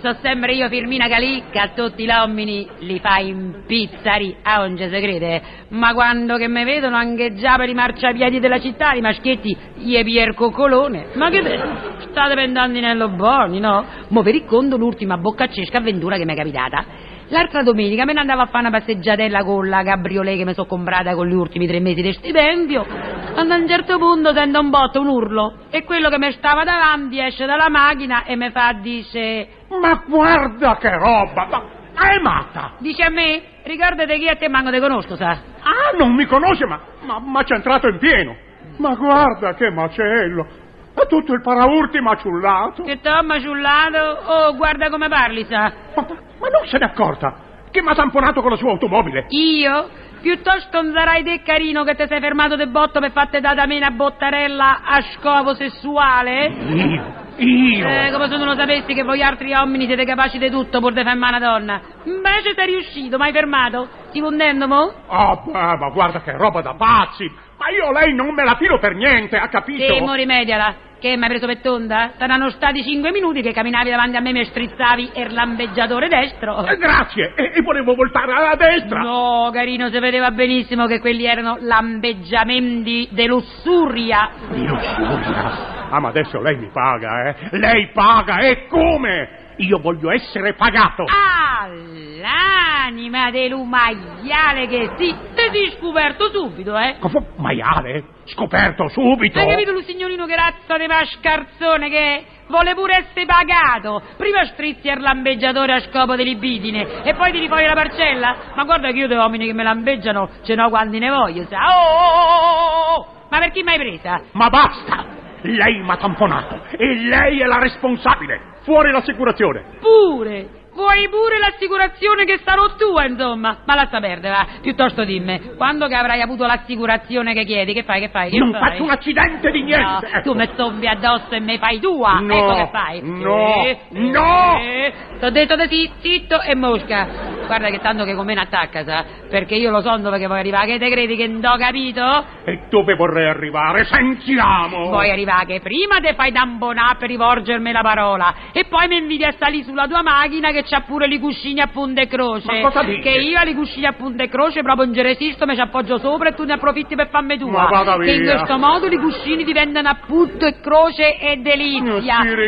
So sempre io Firmina Calicca, tutti gli uomini li fa impizzari, a non ci si crede. Ma quando che mi vedono anche già per i marciapiedi della città, i maschietti, gli pier coccolone. Ma che be- state pensando nello Boni, no? Mo per il conto l'ultima boccaccesca avventura che mi è capitata. L'altra domenica me ne andavo a fare una passeggiatella con la cabriolet che mi sono comprata con gli ultimi tre mesi di stipendio. Quando a un certo punto sento un botto, un urlo, e quello che mi stava davanti esce dalla macchina e mi fa, dice... Ma guarda che roba! Ma ma è matta! Dice a me, ricordate chi è te manco te conosco, sa? Ah, non mi conosce, ma, ma, ma c'è entrato in pieno! Ma guarda che macello! È tutto il paraurti maciullato! Che t'ho maciullato, oh, guarda come parli, sa? Ma, ma non se n'è accorta! Che mi ha tamponato con la sua automobile! Io? Piuttosto non sarai te carino che te sei fermato de botto per fatte data mena a bottarella a scopo sessuale? Io! Io! Eh, come se non lo sapessi che voi altri uomini siete capaci di tutto pur di fare male a donna. Invece sei riuscito, mai fermato? Ti condendo mo? Ah, ma ma guarda che roba da pazzi! Ma io lei non me la filo per niente, ha capito? Sì, mo rimediala. Che mi hai preso per tonda? Saranno stati cinque minuti che camminavi davanti a me e mi strizzavi il lampeggiatore destro. Eh, grazie! E, e volevo voltare alla destra! No, carino, si vedeva benissimo che quelli erano lampeggiamenti de lussuria. Di lussuria! Ah, ma adesso lei mi paga, eh! Lei paga, e come? Io voglio essere pagato! Ah, l'anima dell'umagliale che si... Te sei scoperto subito, eh? Cosa- Maiale? Scoperto subito! Hai capito lo signorino che razza di mascarzone che vuole pure essere pagato? Prima strizzi al lampeggiatore a scopo di libidine e poi tiri fuori la parcella? Ma guarda che io di uomini che me lampeggiano ce n'ho quanti ne voglio, sa? Oh, oh, oh, oh, oh. Ma per chi mai presa? Ma basta! Lei mi ha tamponato e lei è la responsabile! Fuori l'assicurazione! Pure! Vuoi pure l'assicurazione che sarò tua, insomma? Ma lascia perdere, va. Piuttosto dimmi, quando che avrai avuto l'assicurazione che chiedi, che fai, che fai, che non fai? faccio un accidente di No, niente! tu mi stompi addosso e mi fai tua. No, ecco che fai. no, Eh, no. eh, T'ho detto di sì, zitto e mosca. Guarda che tanto che con me ne attacca, sa? Perché io lo so dove che vuoi arrivare. Che te credi che non ho capito? E dove vorrei arrivare? Sentiamo! Vuoi arrivare che prima te fai dambonà per rivolgermi la parola e poi mi inviti a salire sulla tua macchina che c'ha pure li cuscini a punte e croce. Ma cosa dici? Che io li cuscini a punte e croce proprio non ci resisto, mi ci appoggio sopra e tu ne approfitti per farmi tua. Ma vada Che in via. questo modo i cuscini diventano a punto e croce e delizia. Spiritosa.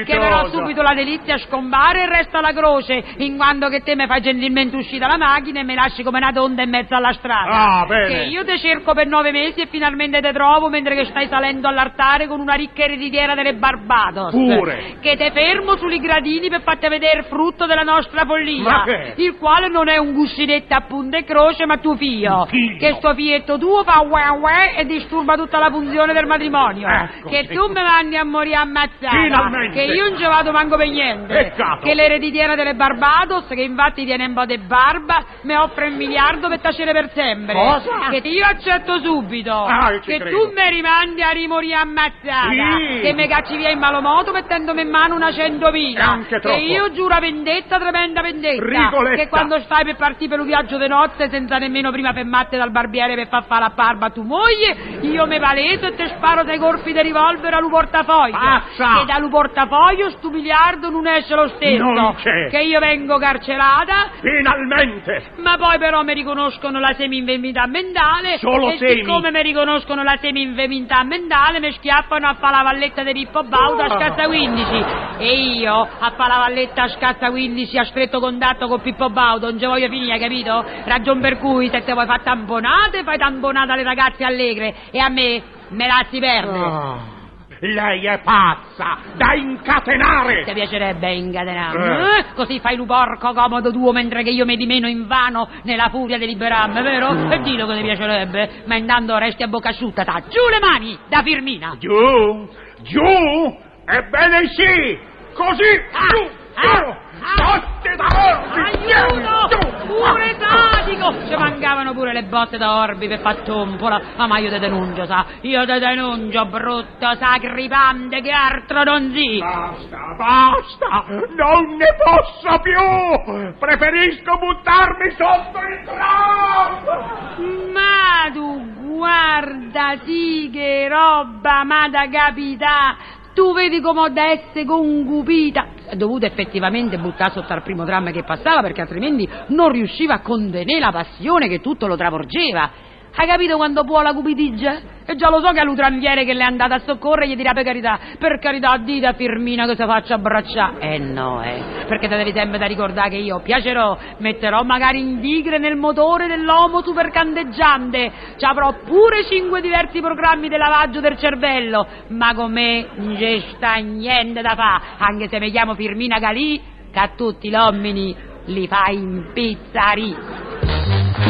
Che però subito la delizia scompare e resta la croce, in quanto che te mi fai gentilmente uscire dalla macchina e mi lasci come una tonda in mezzo alla strada. Ah, bene. Che io te cerco per nove mesi e finalmente te trovo mentre che stai salendo all'altare con una ricca ereditiera delle Barbados. Pure. Che te fermo sugli gradini per farti vedere il frutto della nostra follia. Ma che? Il quale non è un guscinetto a punta e croce, ma tuo figlio. Un figlio. Che sto figlietto tuo fa uè uè e disturba tutta la funzione del matrimonio. Ecco, che sì. tu mi mandi a morire ammazzata. Finalmente. Che io non ci vado manco per niente. Peccato. Che l'ereditiera delle Barbados, che infatti tiene un po' di barba, mi offre un miliardo per tacere per sempre. Cosa? Che io accetto subito. Ah, io ci che credo. tu mi rimandi a rimorire ammazzata. Sì. Che mi cacci via in malo modo mettendomi in mano una centomila. E anche troppo. Che io giuro vendetta, tremenda vendetta. Rigoletta. Che quando stai per partire per un viaggio di nozze senza nemmeno prima fermarti dal barbiere per far fare la barba a tua moglie, io mi paleso e te sparo dei colpi di revolver allo portafoglio. Pazza. Che dallo portafoglio stu miliardo non esce lo stesso. Non c'è. Che io vengo carcerata Finalmente! ma poi però mi riconoscono la semi-infermità mentale Solo e semi. siccome mi riconoscono la semi-infermità mentale mi schiappano a fa la valletta di Rippo Baudo a Ah. scatta 15 e io a fa la valletta a scatta 15 a stretto contatto con Pippo Baudo non ci voglio finire, capito? Ragion per cui se te vuoi fare tamponate fai tamponate alle ragazze allegre e a me me la si perde Ah, lei è pazza! Da incatenare! Ti piacerebbe incatenarmi, Eh. eh? Così fai lu porco comodo tuo mentre che io mi dimeno in vano nella furia di liberarmi, vero? E dillo che ti piacerebbe, ma intanto resti a bocca asciutta, ta. Giù le mani, da Firmina! Giù! Giù! Ebbene sì! Così! Ah, giù! ah, giù! ah. Totti botte da orbi! Aiuto! Tieni, giù! Pure tatico! Ci mancavano pure le botte da orbi per far tombola. Ah, ma io te denuncio, sa. Io te denuncio, brutto sacripante che altro non si. Basta, basta! Non ne posso più! Preferisco buttarmi sotto il tram! Ma tu guarda, sì che roba, ma da capità! Tu vedi come ho da essere concupita! È dovuta effettivamente buttare sotto al primo tram che passava perché altrimenti non riusciva a contenere la passione che tutto lo travolgeva. Hai capito quando può la cupidigia? E già lo so che all'utranviere che le è andata a soccorrere gli dirà per carità, per carità dite a Firmina che si faccia abbracciare. Eh no, eh, perché te devi sempre da ricordare che io piacerò, metterò magari in vigre nel motore dell'omo supercandeggiante, ci avrò pure cinque diversi programmi di lavaggio del cervello, ma con me non c'è sta niente da fa, anche se mi chiamo Firmina Galì, che a tutti gli uomini li fa impizzarì.